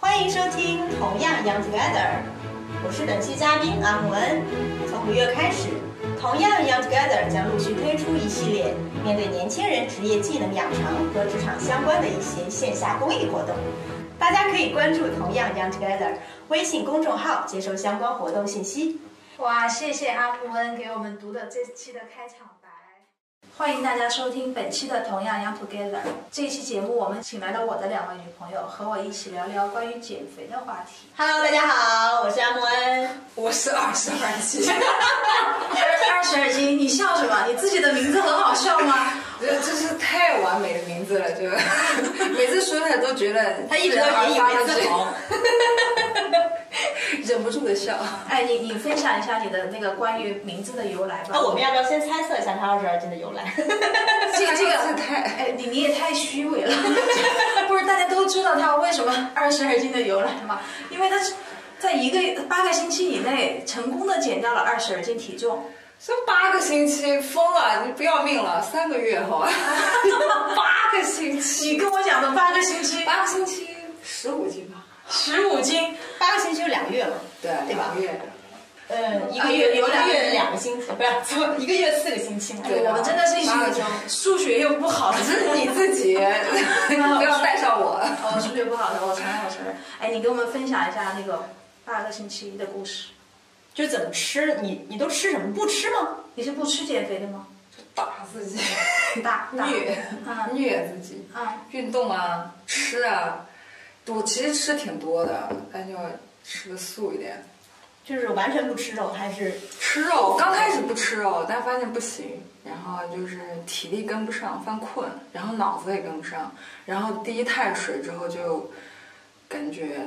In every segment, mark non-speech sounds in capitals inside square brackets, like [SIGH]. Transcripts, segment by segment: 欢迎收听《同样 Young Together》，我是本期嘉宾阿姆恩。从五月开始，《同样 Young Together》将陆续推出一系列面对年轻人职业技能养成和职场相关的一些线下公益活动。大家可以关注“同样 Young Together” 微信公众号，接收相关活动信息。哇，谢谢阿木恩给我们读的这期的开场白。欢迎大家收听本期的《同样 Young Together》。这期节目我们请来了我的两位女朋友，和我一起聊聊关于减肥的话题。 Hello，大家好，我是阿姆恩。我是二十二 [LAUGHS] 斤，二十二斤，你笑什么？你自己的名字很好笑吗？这这是太完美的名字了， [LAUGHS] 就每次说出来都觉得他一直都引以为自豪，忍不住的笑。哎，你你分享一下你的那个关于名字的由来吧。那啊我们要不要先猜测一下他二十二斤的 [LAUGHS] 由来？这 [LAUGHS] 个这这个太哎，你你也太虚伪了， [LAUGHS] 不是大家都知道他为什么二十二斤的由来吗？因为他是在一个八个星期以内成功的减掉了二十二斤体重，这八个星期疯了，你不要命了，三个月好吧？ [LAUGHS] 八个星期，你跟我讲的八个星期八个星期十五斤吧？十五斤，八个星期就两个月嘛。对，对吧两个月。嗯，一啊个月有有一两个个月两个星期，不是错， [LAUGHS] 一个月四个星期嘛。对哎我们真的是一群八个周数学又不 [LAUGHS] 好的这是你 [LAUGHS] 自己，不要带上我。哦，数学不好的，我承认，我承认。哎，你给我们分享一下那个八个星期的故事。就怎么吃，你你都吃什么？不吃吗？你是不吃减肥的吗？打自己，大大虐啊虐自己。啊，运动啊，吃啊，我其实吃挺多的，但就吃的素一点。就是完全不吃肉，还是吃肉，刚开始不吃肉，但发现不行，然后就是体力跟不上，犯困，然后脑子也跟不上，然后第一碳水之后就感觉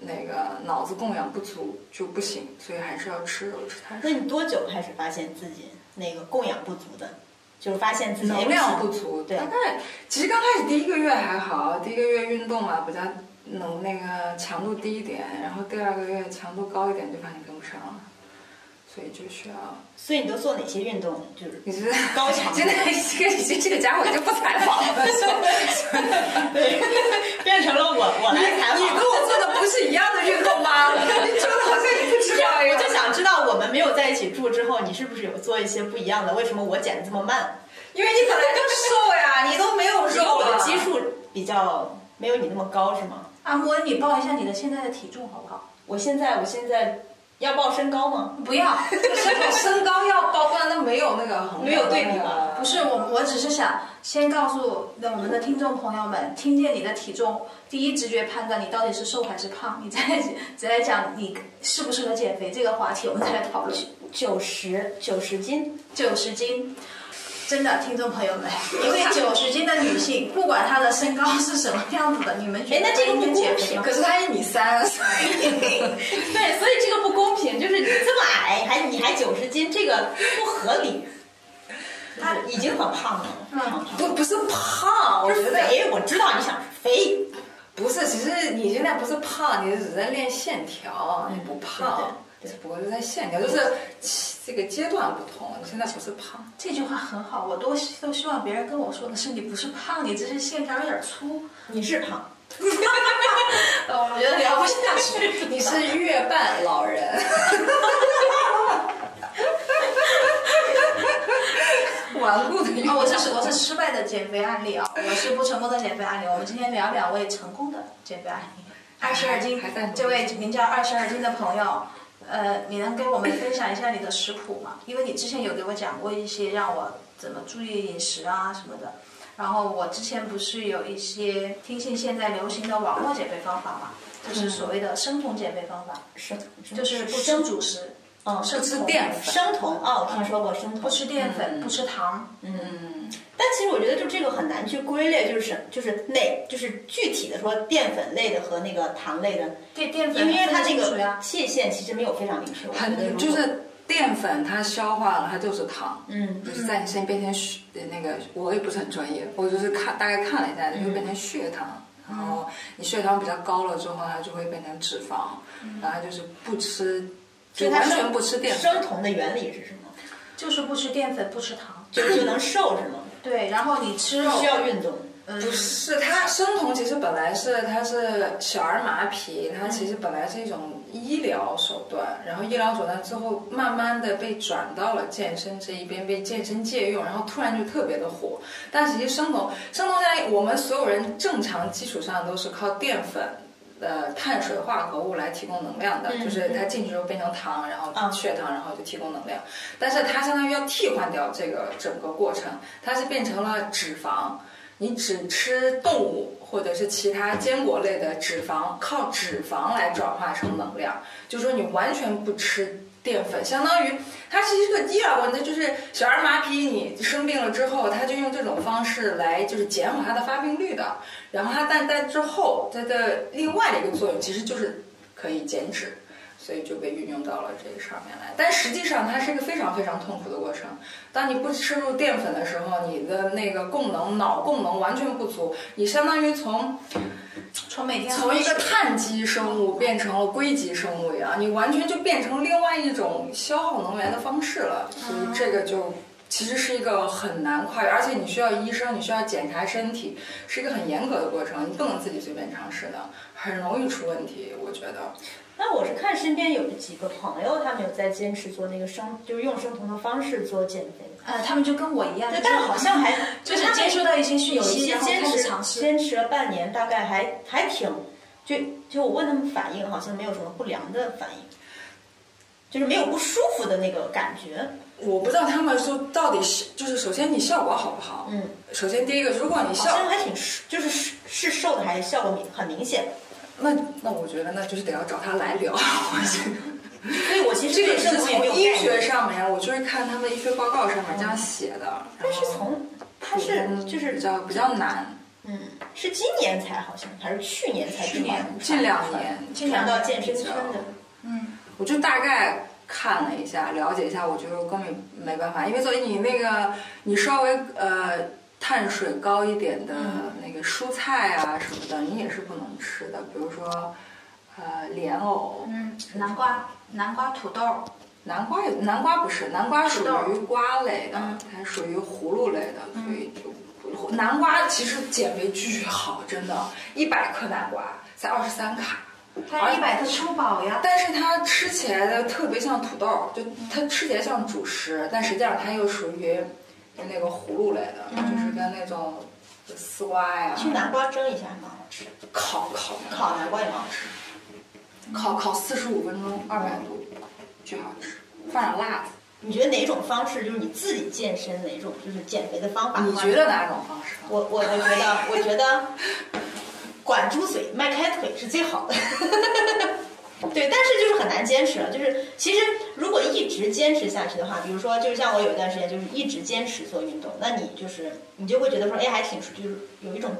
那个脑子供养不足就不行，所以还是要吃肉吃碳那水。你多久开始发现自己那个供养不足的？就是发现自己哎能量不足，对大概其实刚开始第一个月还好，第一个月运动嘛比较能那个强度低一点，然后第二个月强度高一点就发现跟不上了，所以就需要所以你都做哪些运动？ [LAUGHS] 就是 [LAUGHS] 你这高强度现在这个这这个家伙就不采访 [LAUGHS] 了，对，变成了我我来采你访跟。我做的不是一样的运动吗？你说的好像你不知道一我样就，想知道，我们没有在一起住之后，你是不是有做一些不一样的？为什么我减的这么慢？因为你本来就 [LAUGHS] 瘦啊呀，你都没有因为肉啊我的了，基数比较没有你那么高，是吗？阿莫恩，你报一下你的现在的体重好不好？我现在我现在要报身高吗？不要，身高要高，不然那没有那个衡量没有对比吧那个不是我，我只是想先告诉我们的听众朋友们，听见你的体重，第一直觉判断你到底是瘦还是胖，你再再来讲你适不适合减肥这个话题，我们再来讨论。九十九十斤，九十斤，真的，听众朋友们，一位九十斤的女性，不管她的身高是什么样子的，你们觉哎得那这个她应该不公减肥平吗可是他一米三，所 [LAUGHS] 以对，所以这个不公平，就是你这么矮，还你还九十斤，这个不合理。他已经很胖了，嗯很胖，不不是胖，我不觉是得肥，我知道你想肥，不是。其实你现在不是胖，你只在练线条，你不嗯胖，对对对只不过是在线条，就是这个阶段不同。你现在不是胖，这句话很好，我多希都希望别人跟我说的是，你不是胖，你只是线条有点粗。 [LAUGHS] 你是胖，呃，我觉得聊不下去。你是月半老 [LAUGHS] 人。顽固的月啊、我这是我是失败的减肥案例啊，我是不成功的减肥案例。我们今天聊两位成功的减肥案例。二十二斤还在努，力这位名叫二十二斤的朋友，呃，你能给我们分享一下你的食谱吗？因为你之前有给我讲过一些让我怎么注意饮食啊什么的。然后我之前不是有一些听信现在流行的网络减肥方法嘛，嗯就是所谓的生酮减肥方法，是就是不吃主食，嗯生不吃酮淀粉嗯生酮哦，我听说过生酮，不吃淀粉，不吃糖，但其实我觉得就这个很难去归类，就是什就是那就是具体的说淀粉类的和那个糖类的，淀淀因粉为因为它分这不清楚呀个界限其实没有非常明确，我觉得如很果就是淀粉，它消化了，它就是糖。嗯，就是在你身边变成血那个，我也不是很专业，我就是看大概看了一下，就会变嗯成血糖。然后你血糖比较高了之后，它就会变成脂肪，然后它就是不吃，嗯所就以它完生全不吃淀粉。生酮的原理是什么？就是不吃淀粉，不吃糖。就就能瘦是吗？对，然后你吃肉需，要运动，嗯不是，它生酮其实本来是它是小儿麻皮，它其实本来是一种医疗手段，然后医疗手段之后慢慢的被转到了健身这一边，被健身借用，然后突然就特别的火。但其实生酮，生酮在我们所有人正常基础上都是靠淀粉。呃，碳水化合物来提供能量的，嗯就是它进去之后变成糖，然后嗯血糖，然后就提供能量。但是它相当于要替换掉这个整个过程，它是变成了脂肪，你只吃动物或者是其他坚果类的脂肪，靠脂肪来转化成能量，就是说你完全不吃淀粉，相当于它其实是个医疗问题，就是小儿麻痹你生病了之后，他就用这种方式来就是减缓它的发病率的。然后它但但之后它的另外的一个作用其实就是可以减脂。所以就被运用到了这个上面来，但实际上它是一个非常非常痛苦的过程。当你不吃入淀粉的时候，你的那个功能脑功能完全不足，你相当于从从每天从一个碳基生物变成了硅基生物一样，你完全就变成另外一种消耗能源的方式了。所以这个就其实是一个很难跨越，而且你需要医生，你需要检查身体，是一个很严格的过程，你不能自己随便尝试的，很容易出问题。我觉得，那我是看身边有几个朋友，他们有在坚持做那个生，就是用生酮的方式做减肥。呃，他们就跟我一样，对，但好像还 [LAUGHS] 就是他们接触到一些讯有一息，些然后坚开始尝持试。坚持了半年，大概还还挺，就就我问他们反应，好像没有什么不良的反应，就是没有不舒服的那个感觉。我不知道他们说到底是就是，首先你效果好不好？嗯，首先第一个，如果你好效像还挺是就是是是瘦的，还效果明很明显。那那我觉得那就是得要找他来聊，我 [LAUGHS] 觉得。所以我其实这对个生是酮也从没有医概学念，上面，我就是看他们医学报告上面这样写的。嗯但是然后从它是就比是较比较难，嗯，是今年才好像还是去年才去年传近两年，传传到健身圈的。嗯，我就大概看了一下，了解一下，我觉得根本没办法，因为作为你那个你稍微呃碳水高一点的嗯那个蔬菜啊什么的，你也是不能吃的，比如说呃莲藕，嗯，南瓜、南瓜、土豆，南瓜也南瓜不是，南瓜属土豆于瓜类的，它属于葫芦类的，所以就不南瓜其实减肥巨好，真的，一百克南瓜才二十三卡。它一百克吃不饱呀。但是它吃起来的特别像土豆，就它吃起来像主食，但实际上它又属于那个葫芦类的，就是跟那种丝瓜呀、去南瓜蒸一下蛮好吃，烤烤烤南瓜也蛮好吃。烤烤四十五分钟，二百度，巨好吃，放点辣子。你觉得哪种方式就是你自己健身哪种就是减肥的方法？你觉得？哪种方式？我我我觉得我觉得管住嘴迈开腿是最好的。 [LAUGHS] 对，但是就是很难坚持了。就是其实如果一直坚持下去的话，比如说，就是像我有一段时间就是一直坚持做运动，那你就是你就会觉得说，哎，还挺舒，就是有一种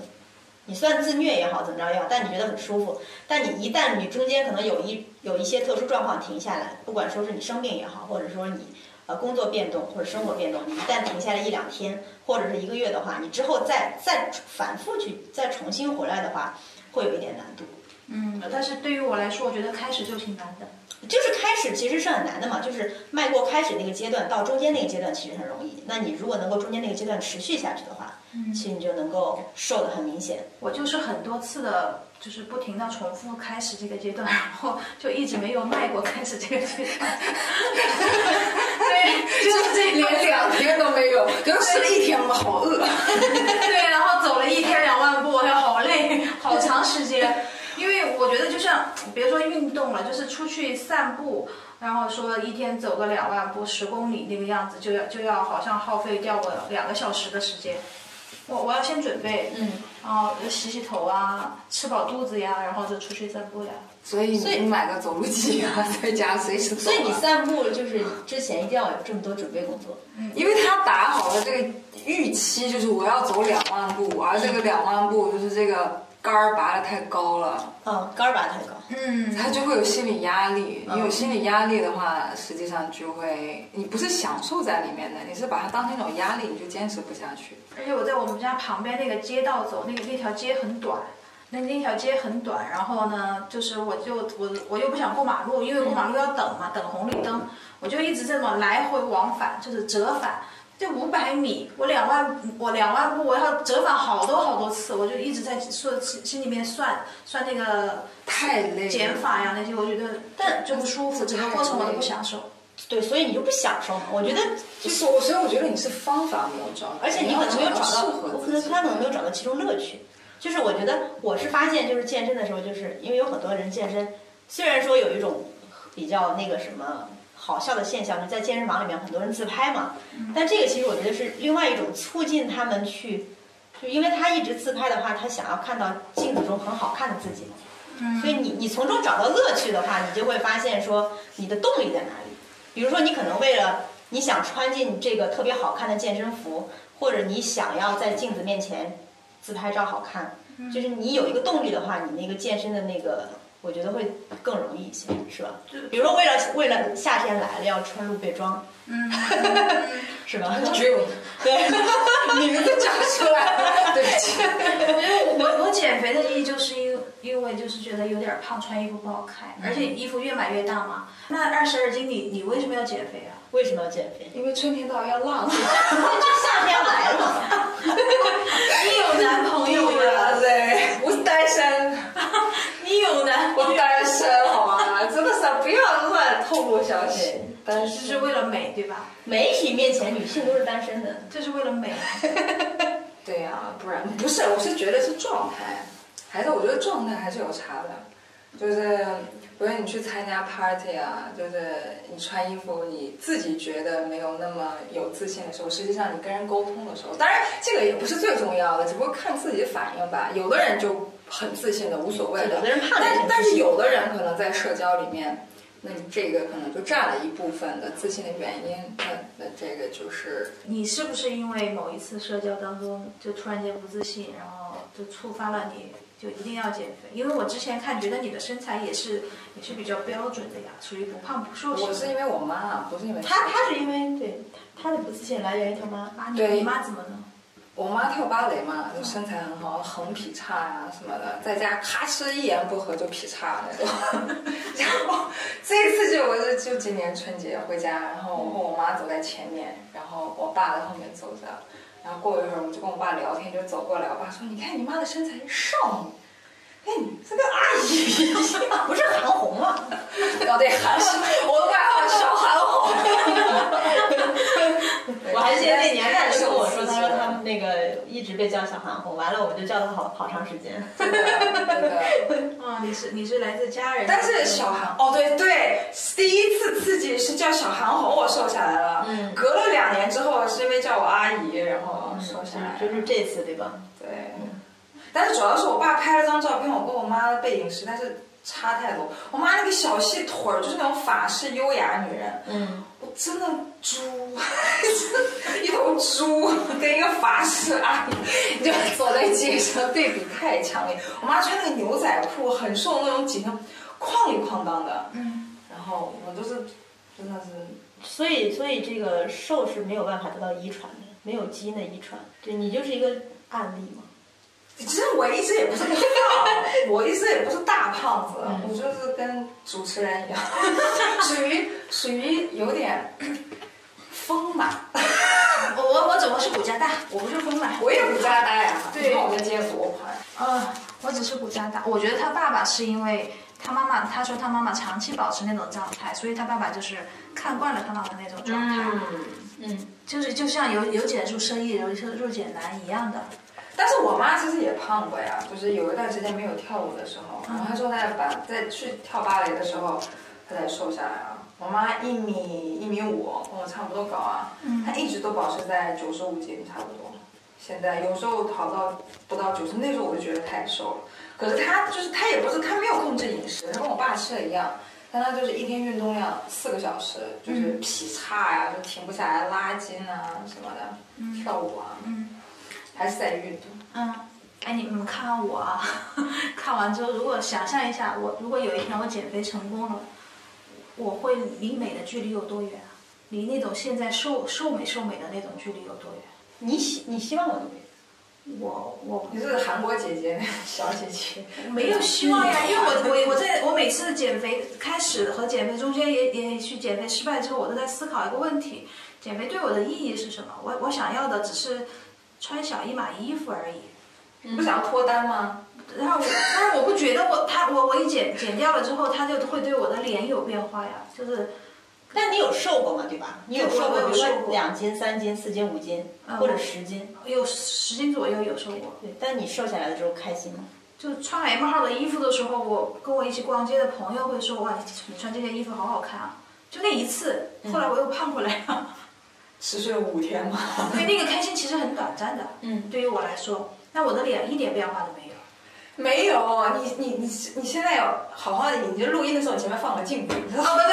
你算自虐也好，怎么着也好，但你觉得很舒服。但你一旦你中间可能有一有一些特殊状况停下来，不管说是你生病也好，或者说你呃工作变动或者生活变动，你一旦停下来一两天或者是一个月的话，你之后再再反复去再重新回来的话，会有一点难度。嗯，但是对于我来说，我觉得开始就挺难的。就是开始其实是很难的嘛，就是迈过开始那个阶段到中间那个阶段其实很容易。那你如果能够中间那个阶段持续下去的话，其实你就能够瘦得很明显。我就是很多次的，就是不停的重复开始这个阶段，然后就一直没有迈过开始这个阶 [LAUGHS] 段。 [LAUGHS] 对，就是这个 [LAUGHS] 连两天都没有，就吃了一天吧，好饿。对，然后走了一天两万步，还好累，好长时间。因为我觉得，就像别说运动了，就是出去散步，然后说一天走个两万步，十公里那个样子，就要就要好像耗费掉我两个小时的时间。我我要先准备，嗯，然后洗洗头啊，吃饱肚子呀，然后就出去散步呀。所以你买个走路机啊，在家随时走、所啊。以你散步就是之前一定要有这么多准备工作。因为他打好了这个预期，就是我要走两万步，而这个两万步就是这个杆儿拔得太高了，嗯，杆儿拔太高。嗯，他就会有心理压力。你有心理压力的话，实际上就会你不是享受在里面的，你是把它当成一种压力，你就坚持不下去。而且我在我们家旁边那个街道走，那个那条街很短，那那条街很短。然后呢，就是我就我我又不想过马路，因为过马路要等嘛，等红绿灯，我就一直这么来回往返，就是折返。这五百米，我两万，我两万步，我要折返好多好多次，我就一直在说心心里面算算那个太累了减法呀那些，我觉得但就不舒服，整个过程我都不享受。对，所以你就不享受嘛？我觉得就是我，所以我觉得你是方法没有找到，而且你可能没有找到，适我合可自能己。他可能没有找到其中乐趣。就是我觉得我是发现，就是健身的时候，就是因为有很多人健身，虽然说有一种比较那个什么好笑的现象，就是在健身房里面很多人自拍嘛，但这个其实我觉得是另外一种促进他们去，就因为他一直自拍的话，他想要看到镜子中很好看的自己，嗯所以你你从中找到乐趣的话，你就会发现说你的动力在哪里。比如说，你可能为了你想穿进这个特别好看的健身服，或者你想要在镜子面前自拍照好看，就是你有一个动力的话，你那个健身的那个，我觉得会更容易一些，是吧对？比如说，为了为了夏天来了要穿露背装，嗯，是吧？ dream， [LAUGHS] 对，你名字讲出来了，对不起。我我减肥的意义就是因因为就是觉得有点胖，穿衣服不好看，而嗯且衣服越买越大嘛。那二十二斤你你为什么要减肥 [LAUGHS] 啊？为什么要减肥？ [LAUGHS] 因为春天到要浪，因为这夏天来了嘛。你有男朋友了了，哎对，我是单身，你有男我单身好吗？真的是不要乱透露消息对，单就身是为了美对吧？媒体面前，女性都是单身的。就是为了美。啊对呀、不然不是，我是觉得是状态，还是我觉得状态还是有差的，就是比如你去参加 party 啊，就是你穿衣服你自己觉得没有那么有自信的时候，实际上你跟人沟通的时候，当然这个也不是最重要的，只不过看自己的反应吧。有的人就很自信的，无所谓的，有的人怕自但是信但是有的人可能在社交里面。那这个可能就占了一部分的自信的原因，那那这个就是你是不是因为某一次社交当中就突然间不自信，然后就触发了你就一定要减肥？因为我之前看觉得你的身材也是也是比较标准的呀，属于不胖不瘦型的。我是因为我妈，不是因为谁她她是因为对她她的不自信来源于她妈。 [LAUGHS] 啊，你对你妈怎么了？我妈跳芭蕾嘛，就身材很好，横劈叉呀、什么的，在家咔哧一言不合就劈叉那种。 [LAUGHS] 然后这一次就我就就今年春节回家，然后我和我妈走在前面，然后我爸在后面走着。然后过一会儿我就跟我爸聊天，就走过来，我爸说：“你看你妈的身材是少女，哎，你这个阿姨。”不是韩红啊，然后对韩是，我的外号是小韩 [LAUGHS] 红。我还记得那年代就跟我说，他说们。 [LAUGHS] 他们那个一直被叫小韩红，完了我们就叫他好好长时间。真的真的啊，你是你是来自家人，但是小韩哦，对对，第一次刺激是叫小韩红，我瘦下来了。嗯隔了两年之后是因为叫我阿姨，然后瘦下来了。就是这次嗯对吧？对，但是主要是我爸拍了张照片，我跟我妈的背影实在是差太多。我妈那个小细腿儿就是那种法式优雅女人，嗯，我真的猪， [LAUGHS] 一头猪跟一个法式阿 [LAUGHS] 姨，就走在街上，对比太强烈。我妈穿那个牛仔裤，很瘦那种紧身，哐里哐当的。嗯，然后我就是真的是，所以所以这个瘦是没有办法得到遗传的，没有基因的遗传，对你就是一个案例嘛。其实我一直也不是胖，我一直也不是大胖子，嗯我就是跟主持人一样，属于属于有点丰满，我 [LAUGHS] 我我怎么是骨架大，我不是丰满。我也不加大呀，对你看我们今天多宽。呃，我只是骨架大。我觉得他爸爸是因为他妈妈，他说他妈妈长期保持那种状态，所以他爸爸就是看惯了他妈妈那种状态，嗯，就是就像有有俭入奢易，有入俭难一样的。但是我妈其实也胖过呀，就是有一段时间没有跳舞的时候，然后她说她在把在去跳芭蕾的时候，她才瘦下来啊。我妈一米一米五，跟我差不多高啊，她一直都保持在九十五斤差不多。现在有时候跑到不到九十，那时候我就觉得太瘦了。可是她就是她也不是她没有控制饮食，她跟我爸吃的一样，但她就是一天运动量四个小时，就是劈叉呀、就停不下来，拉筋啊什么的，跳舞啊，嗯还是在运动。嗯，哎，你们看看我啊， [LAUGHS] 看完之后，如果想象一下，我如果有一天我减肥成功了，我会离美的距离有多远啊？离那种现在瘦瘦美瘦美的那种距离有多远？你希你希望我怎么样？我我你是韩国姐姐， [LAUGHS] 小姐姐，没有希望呀，因为我我我在我每次减肥开始和减肥中间也也许减肥失败之后，我都在思考一个问题，减肥对我的意义是什么？我我想要的只是穿小一码衣服而已。嗯不想要脱单吗？然后我，但是我不觉得我他我我一减减掉了之后，他就会对我的脸有变化呀，就是但你有瘦过吗？对吧？你有对我瘦过，我有比如瘦说过两斤、三斤、四斤、五斤，嗯或者十斤。有十斤左右有瘦过。对，但你瘦下来的时候开心吗？就穿 M 号的衣服的时候，我跟我一起逛街的朋友会说：“哇，你穿这件衣服好好看啊！”就那一次，后来我又胖回来了。持续了五天吗？对，那个开心其实很短暂的。嗯，对于我来说，但我的脸一点变化都没有。 [LAUGHS] 没有，你你你你现在有好好的，你这录音的时候你前面放个镜子，你知道吗哦，不对，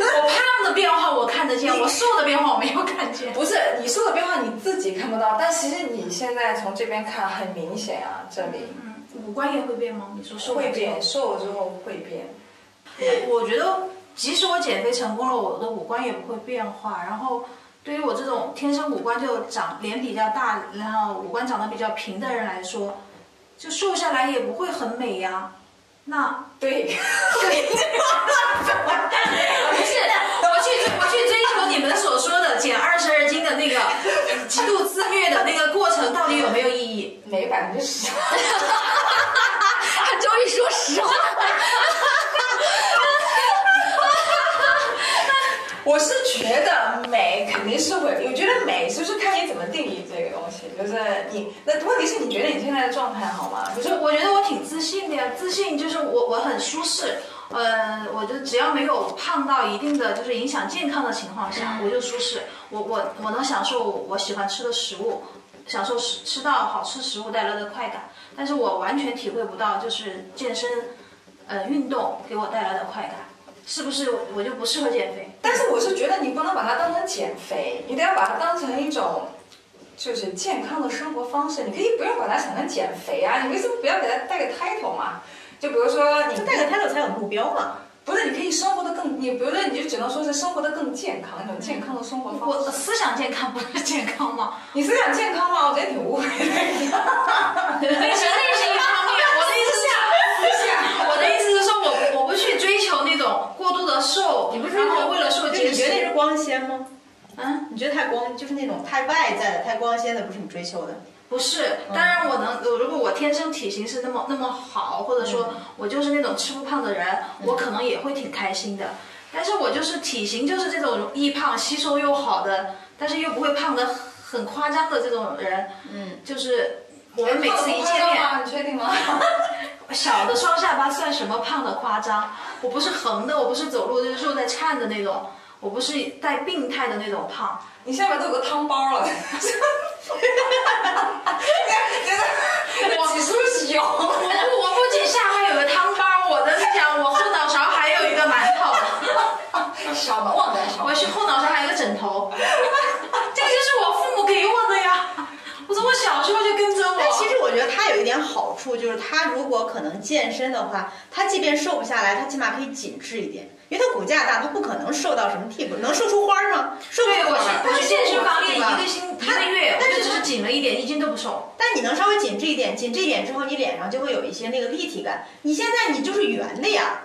我胖的变化我看得见，我瘦的变化我没有看见。 [LAUGHS] 不是你说的变化你自己看不到，但其实你你现在从这边看很明显啊，这里嗯，五官也会变吗？你说瘦会会变，瘦了之后会变。我觉得，即使我减肥成功了，我的五官也不会变化。然后，对于我这种天生五官就长脸比较大，然后五官长得比较平的人来说，就瘦下来也不会很美呀。那对， [LAUGHS] 不是我去我去追求你们所说的减二十二斤的那个呃极度自虐的那个过程，到底有没有意义？每百分之 [LAUGHS] 十。他终于说实话了。 [LAUGHS] 我是觉得美肯定是会，我觉得美就是看你怎么定义这个东西，就是你那问题是你觉得你现在的状态好吗？就是我我觉得我挺自信的呀，自信就是我我很舒适，呃，我就只要没有胖到一定的就是影响健康的情况下，我就舒适，我我我能享受我喜欢吃的食物，享受吃吃到好吃食物带来的快感，但是我完全体会不到就是健身，呃，运动给我带来的快感，是不是我我就不适合减肥？但是我是觉得你不能把它当成减肥，你得要把它当成一种就是健康的生活方式。你可以不用把它想成减肥啊，你为什么不要给它带个 title 嘛？就比如说你就带个 title 才有目标嘛。不是，你可以生活的更，你比如说你就只能说是生活的更健康，一种健康的生活我方我式。思想健康不是健康吗？ [LAUGHS] 你思想健康吗？我觉得挺无谓的。美食那是一方面，我的意思是，我的意思是说我我不去追求那种过度的瘦，你不是然后为了瘦就节你觉得那食，是光鲜吗？嗯，你觉得太光就是那种太外在的、太光鲜的，不是你追求的。嗯不是。当然我能，我如果我天生体型是那么那么好，或者说我就是那种吃不胖的人，嗯我可能也会挺开心的。但是我就是体型就是这种易胖、吸收又好的，但是又不会胖的很夸张的这种人，嗯，就是我们每次一见面，吗？你确定吗？小的双下巴算什么胖的夸张？我不是横的，我不是走路就是肉在颤的那种，我不是带病态的那种胖。你下面都有个汤包了，我指数是有。哎我不仅下巴有个汤包，我的讲我后脑勺还有一个馒头，小门忘带小我是后脑勺还有个枕头， [LAUGHS] 这个就是我父母给我的呀。我从我小时候就跟着但我。其实我觉得它有一点好处，就是它如果可能健身的话，它即便瘦不下来，它起码可以紧致一点，因为它骨架大，它不可能瘦到什么地步，能瘦出花儿吗？瘦不对，出我花去儿。我去健身房练对一吧个星一个月，但我是就只是紧了一点，一斤都不瘦。但你能稍微紧致一点，紧致一点之后，你脸上就会有一些那个立体感。你现在你就是圆的呀，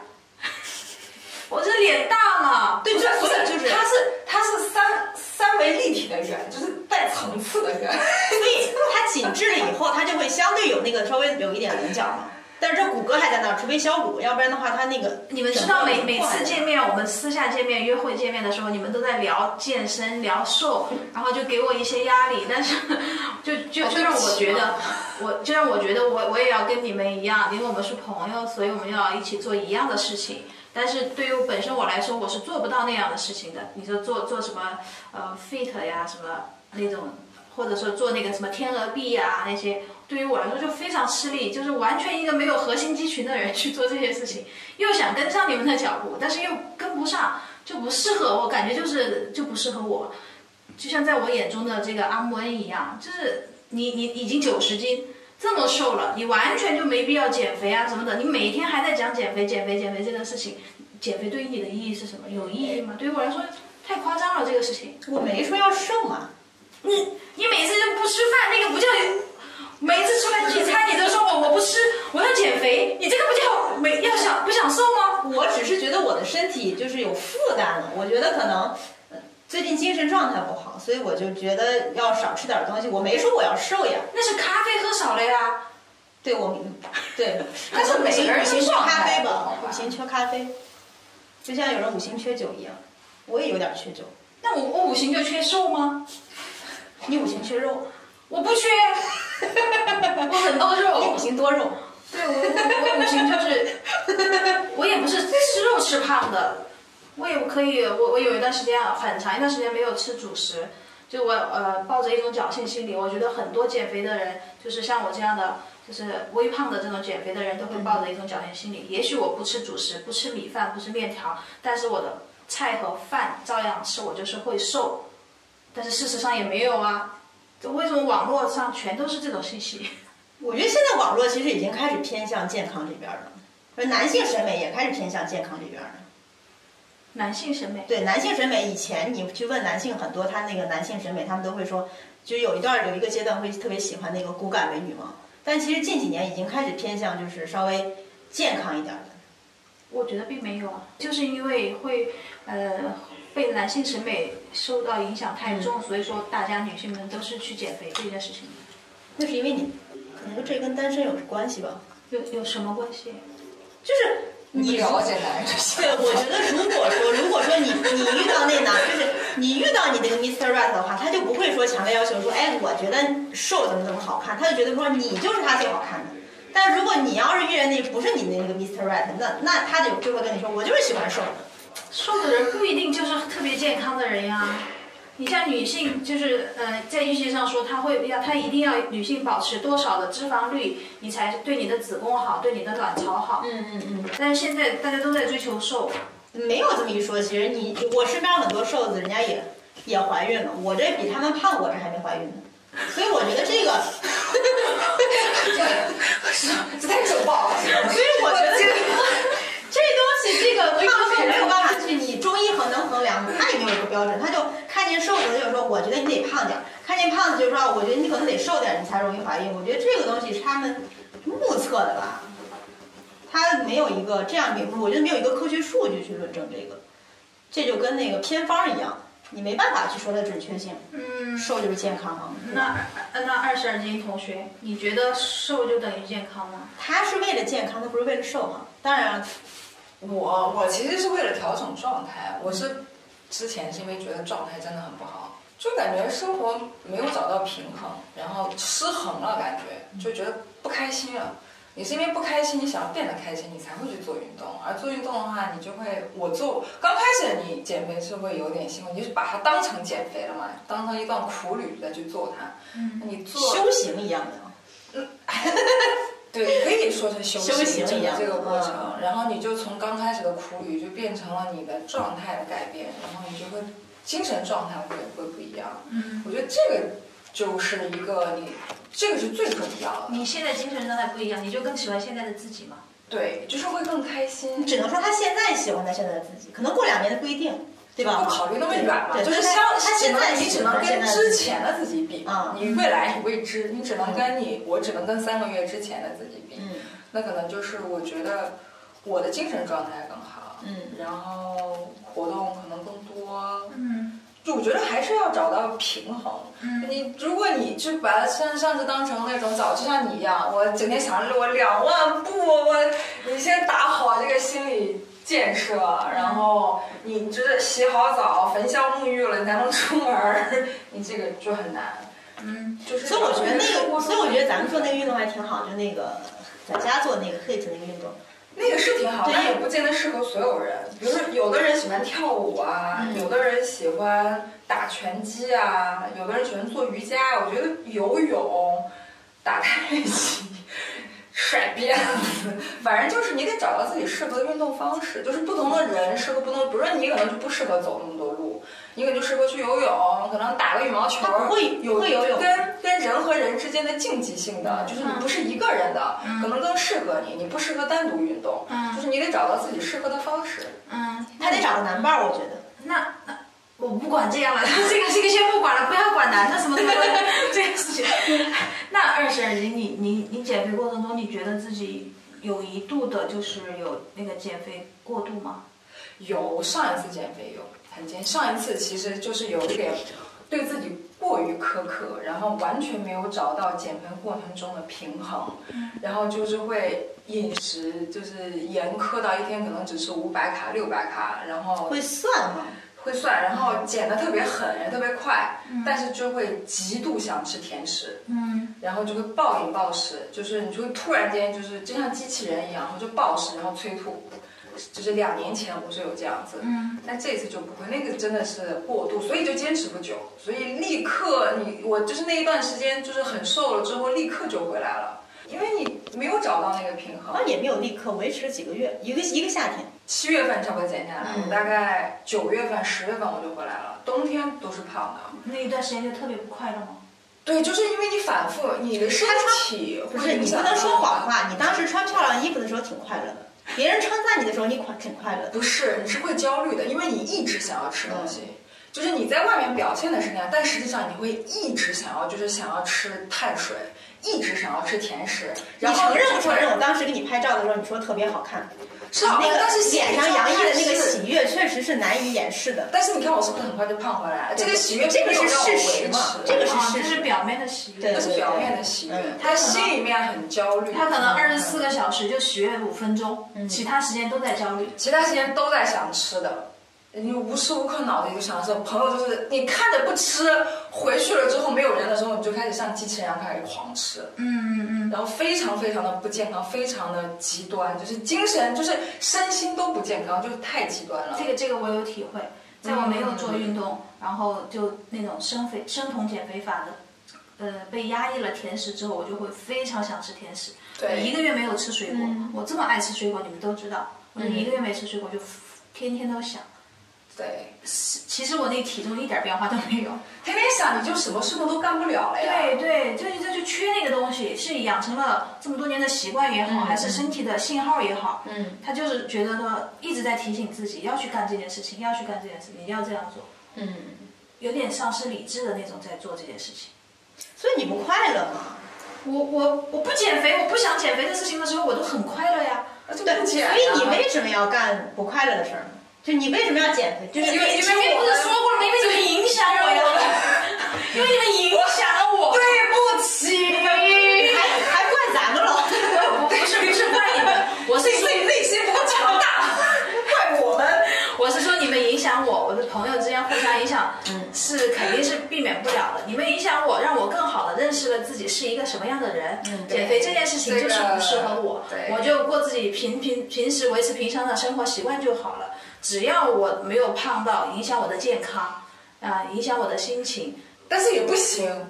我这脸大嘛，对，不就是所不是以，就是，它是它是三三维立体的圆，就是带层次的圆。所以它紧致了以后，它就会相对有那个稍微有一点棱角嘛。但是这骨骼还在那儿，除非削骨，要不然的话，它那个你们知道每整个每骨还在那次儿见面，我们私下见面、约会见面的时候，你们都在聊健身、聊瘦，然后就给我一些压力，但是就就就让我觉得，我就让我觉得我我也要跟你们一样，因为我们是朋友，所以我们要一起做一样的事情。但是对于我本身我来说，我是做不到那样的事情的。你说做做什么呃 fit 呀，什么那种，或者说做那个什么天鹅臂呀那些，对于我来说就非常吃力，就是完全一个没有核心肌群的人去做这些事情。又想跟上你们的脚步，但是又跟不上，就不适合我，感觉就是就不适合我，就像在我眼中的这个阿姆恩一样，就是你你已经九十斤这么瘦了，你完全就没必要减肥啊什么的，你每天还在讲减肥减肥减肥这个事情，减肥对于你的意义是什么？有意义吗？对于我来说太夸张了这个事情，我没说要瘦嘛，你你每次就不吃饭，那个不叫。每次吃完聚餐，你都说我我不吃，我要减肥，你这个不叫没要想不想瘦吗？我只是觉得我的身体就是有负担了，我觉得可能。呃最近精神状态不好，所以我就觉得要少吃点东西。我没说我要瘦呀，那是咖啡喝少了呀。对我明，对，但是五每行个人五行的缺状咖态啡不吧好，五吧？行缺咖啡，就像有人五行缺酒一样，我也有点缺酒。那我我五行就缺瘦吗？你五行缺肉，我不缺， [LAUGHS] 我很多你肉五。行多肉，对 [LAUGHS] 我我我五行就是， [LAUGHS] 我也不是吃肉吃胖的，我也可以，我我有一段时间啊，很长一段时间没有吃主食，就我呃抱着一种侥幸心理，我觉得很多减肥的人，就是像我这样的，就是微胖的这种减肥的人，都会抱着一种侥幸心理。也许我不吃主食，不吃米饭，不吃面条，但是我的菜和饭照样吃，我就是会瘦。但是事实上也没有啊，这为什么网络上全都是这种信息？ [LAUGHS] 我觉得现在网络其实已经开始偏向健康这边了，而男性审美也开始偏向健康这边了。男性审美。对男性审美，以前你去问男性很多，他那个男性审美，他们都会说，就有一段儿有一个阶段会特别喜欢那个骨感美女嘛。但其实近几年已经开始偏向就是稍微健康一点儿的。我觉得并没有啊，就是因为会呃被男性审美受到影响太重，所以说大家女性们都是去减肥这件事情，那是因为你，可能这跟单身有关系吧？有有什么关系？就是你如解男人就行。对， [LAUGHS] 我觉得如果说如果说你你遇到那男，就是你遇到你的 Mr. Right 的话，他就不会说强烈要求说，哎，我觉得瘦怎么怎么好看，他就觉得说你就是他最好看的。但如果你要是遇见那不是你的那个 Mr. Right，那那他就就会跟你说，我就是喜欢瘦的。瘦的人不一定就是特别健康的人呀。你像女性，就是呃，在医学上说，她会要她一定要女性保持多少的脂肪率，你才对你的子宫好，对你的卵巢好。嗯嗯嗯。但是现在大家都在追求瘦，没有这么一说，其实你我身边很多瘦子，人家也也怀孕了，我这比他们胖，我这还没怀孕呢。所以我觉得这个， [LAUGHS] 这太可怕了！所以我觉得这个这东西，这个胖瘦没有办法去你中医衡能衡量，他也没有一个标准，他就看见瘦子就说，我觉得你得胖点儿；看见胖子就说，啊我觉得你可能得瘦点儿，你才容易怀孕。我觉得这个东西是他们目测的吧，他没有一个这样明，我觉得没有一个科学数据去论证这个，这就跟那个偏方一样，你没办法去说它准确性。嗯，瘦就是健康嘛。那呃那二十二斤同学，你觉得瘦就等于健康吗？他是为了健康，他不是为了瘦哈。当然，我我其实是为了调整状态，我是之前是因为觉得状态真的很不好，就感觉生活没有找到平衡，然后失衡了，感觉就觉得不开心了。你是因为不开心，你想要变得开心，你才会去做运动。而做运动的话，你就会，我做刚开始你减肥是会有点辛苦，你就是把它当成减肥了嘛，当成一段苦旅再去做它。嗯，你做修行一样的，对，可以说是修修行整一个样嗯这个过程。然后你就从刚开始的苦旅，就变成了你的状态的改变，然后你就会精神状态会会不一样。嗯，我觉得这个就是一个你，这个是最重要的。你现在精神状态不一样，你就更喜欢现在的自己嘛？对，就是会更开心，只能说他现在喜欢他现在的自己，可能过两年的不一定，对吧？不考虑那么远嘛，对，就对是他相他只现在能你喜只能欢跟现在的之自己前的自己比嗯，你未来你未知，你只能跟你我只能跟三个月之前的自己比。嗯那可能就是我觉得我的精神状态更好，嗯，然后活动可能更多，嗯，就我觉得还是要找到平衡。嗯，你如果你就把它上上次当成那种早就像你一样，我整天想着我两万步，我你先打好这个心理建设，然后你就是洗好澡、焚香沐浴了，你才能出门儿， [LAUGHS] 你这个就很难。嗯，就是所以我觉得找到那一个个，所以我觉得咱们做那个运动还挺好，就那个在家做那个 HIIT 那个运动，那个是挺好，对但也不见得适合所有人。比如说，有的人喜欢跳舞啊，嗯有的人喜欢打拳击啊，有的人喜欢做瑜伽。我觉得游泳、打太极、 [LAUGHS] 甩鞭子，反正就是你得找到自己适合的运动方式。就是不同的人适合不同，比如说你可能就不适合走那么多路，你可能就适合去游泳，可能打个羽毛球。他不会有会游泳，跟跟人和人之间的竞技性的，就是你不是一个人的，可能更适合你，你不适合单独运动，嗯就是你得找到自己适合的方式。嗯，他得找个男伴儿，我觉得。那那我不管这样了，这个这个先不管了，不要管男的什么什么的这个事情。那二十二斤，你你你减肥过程中，你觉得自己有一度的就是有那个减肥过度吗？有上一次减肥有很减，上一次其实就是有一点对自己过于苛刻，然后完全没有找到减肥过程中的平衡，然后就是会饮食就是严苛到一天可能只吃五百卡、六百卡，然后会算吗？会算，然后减的特别狠，也特别快，但是就会极度想吃甜食。嗯，然后就会暴饮暴食，就是你就会突然间就是就像机器人一样，然后就暴食，然后催吐。就是两年前我是有这样子，嗯，但这次就不会，那个真的是过度，所以就坚持不久，所以立刻你我就是那一段时间就是很瘦了之后，立刻就回来了，因为你没有找到那个平衡好。像也没有立刻维持了几个月，一个一个夏天。七月份差不多减下来，我大概九月份、十月份我就回来了，冬天都是胖的。那一段时间就特别不快乐吗？对，就是因为你反复，你的身体不会是，影你不响能到说谎话。你当时穿漂亮衣服的时候挺快乐的，别人称赞你的时候你快挺快乐的。不是，你是会焦虑的，因为你一直想要吃东西。嗯就是你在外面表现的是那样，但实际上你会一直想要，就是想要吃碳水，一直想要吃甜食。你然后承认不就承会认？我当时给你拍照的时候，你说特别好看，是好那看，个但是心脸理上状洋溢的态那个是。喜悦，确实是难以掩饰的。但是你看我是不是很快就胖回来了？这个喜悦这个并没有是让我事维实嘛持这个是啊事这实是表面的喜悦。对这是表面的喜嗯悦，他心里面很焦虑。嗯他可能二十四个小时就喜悦五分钟，其他时间都在焦虑。其他时间都在想吃的，你无时无刻脑子里就想吃。朋友就是你看着不吃，回去了之后没有人的时候，你就开始像机器人一样开始狂吃，嗯嗯嗯。然后非常非常的不健康，非常的极端，就是精神就是身心都不健康，就是太极端了这。个这个我有体会，在我没有做运动，然后就那种生肥生酮减肥法的。呃，被压抑了甜食之后，我就会非常想吃甜食。对一个月没有吃水果，我这么爱吃水果，你们都知道，我就一个月没吃水果就天天都想。对，其其实我那体重一点变化都没有。天天想你就什么事情都干不了哎了呀。对对，就是这就缺那个东西，是养成了这么多年的习惯也好，还是身体的信号也好，嗯，他就是觉得说一直在提醒自己要去干这件事情，要去干这件事情，要这样做，嗯，有点丧失理智的那种在做这件事情。所以你不快乐嘛？我我我不减肥，我不想减肥的事情的时候，我都很快乐呀。那就对，不所减啊以你为什么要干不快乐的事儿呢？就你为什么要减肥？就是因为你们不是说过了吗？因为你们影响我 [LAUGHS] 呀，因为你们影响了我。对不起，还还怪咱们了，我不是不是怪你们，我是自己说内内心不够强大，怪我们。我是说你们影响我，我的朋友之间互相影响，是肯定是避免不了的。你们影响我，让我更好的认识了自己是一个什么样的人。对减肥这件事情就是不适合我，这个对我就过自己平平平时维持平常的生活习惯就好了。只要我没有胖到影响我的健康，啊、影响我的心情，但是也不行，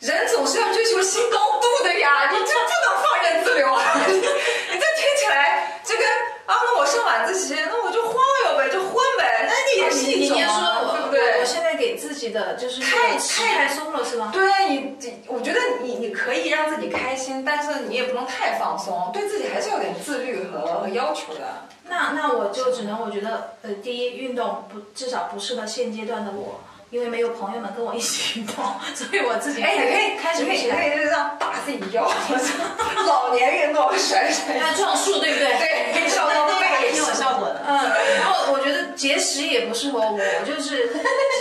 人总是要追求新高度的呀，你就不能放任自流 [LAUGHS] 啊！你这听起来就跟啊，那我上晚自习，那我就晃悠呗，就混呗，那也是你一种别说啊，对我，不我对我？现在给自己的就是太太太松了是吧？对你，你我觉得你你可以让自己开心，但是你也不能太放松，对自己还是有点自律和和要求的。那那我就只能我觉得，呃，第一，运动不至少不适合现阶段的我，因为没有朋友们跟我一起运动， [LAUGHS] 所以我自己哎，你可以开始不你可以起你来。可以让打自己腰， [LAUGHS] 老年运动甩 [LAUGHS] 甩那撞树对不对？对，那上到那个还背挺有效果的。嗯，然后我觉得节食也不适合我，我就是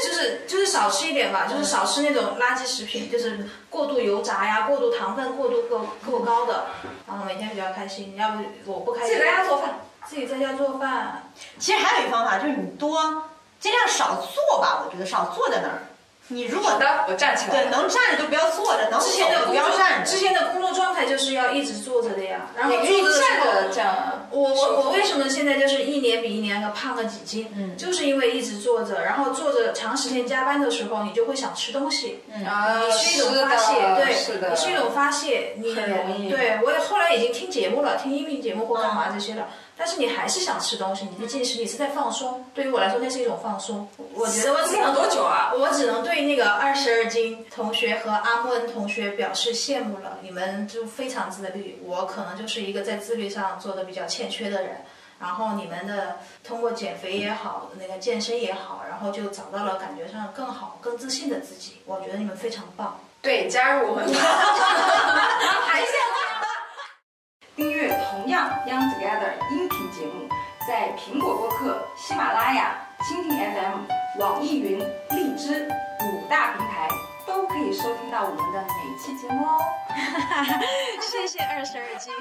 就是就是少吃一点吧，就是少吃那种垃圾食品，就是过度油炸呀、过度糖分、过度过过高的，然后每天比较开心。要不我不开自心己，在家做饭。自己在家做饭，其实还有一方法，就是你多尽量少坐吧，我觉得少坐在那儿。你如果好的，我站起来对了。能站着就不要坐着，能之前的走就工不要作站，着之。前的工作状态就是要一直坐着的呀。然后你坐可以着的时站候，着这样啊。我我我为什么现在就是一年比一年的胖了几斤？嗯，就是因为一直坐着，然后坐着长时间加班的时候，你就会想吃东西。嗯，啊，你是一种发泄，对，是的，你是一种发泄，你很容易对我也后来已经听节目了，听音频节目或干嘛这些了，但是你还是想吃东西，你的进食你是在放松，对于我来说那是一种放松。我觉得我只能多久啊？我只能对那个二十二斤同学和阿莫恩同学表示羡慕了，你们就非常自律，我可能就是一个在自律上做的比较欠缺的人。然后你们的通过减肥也好，那个健身也好，然后就找到了感觉上更好、更自信的自己，我觉得你们非常棒。对，加入我们吧。还想订阅同样 Young Together 音频节目，在苹果播客、喜马拉雅、蜻蜓 FM、网易云、荔枝五大平台都可以收听到我们的每期节目哦。谢谢二十二斤。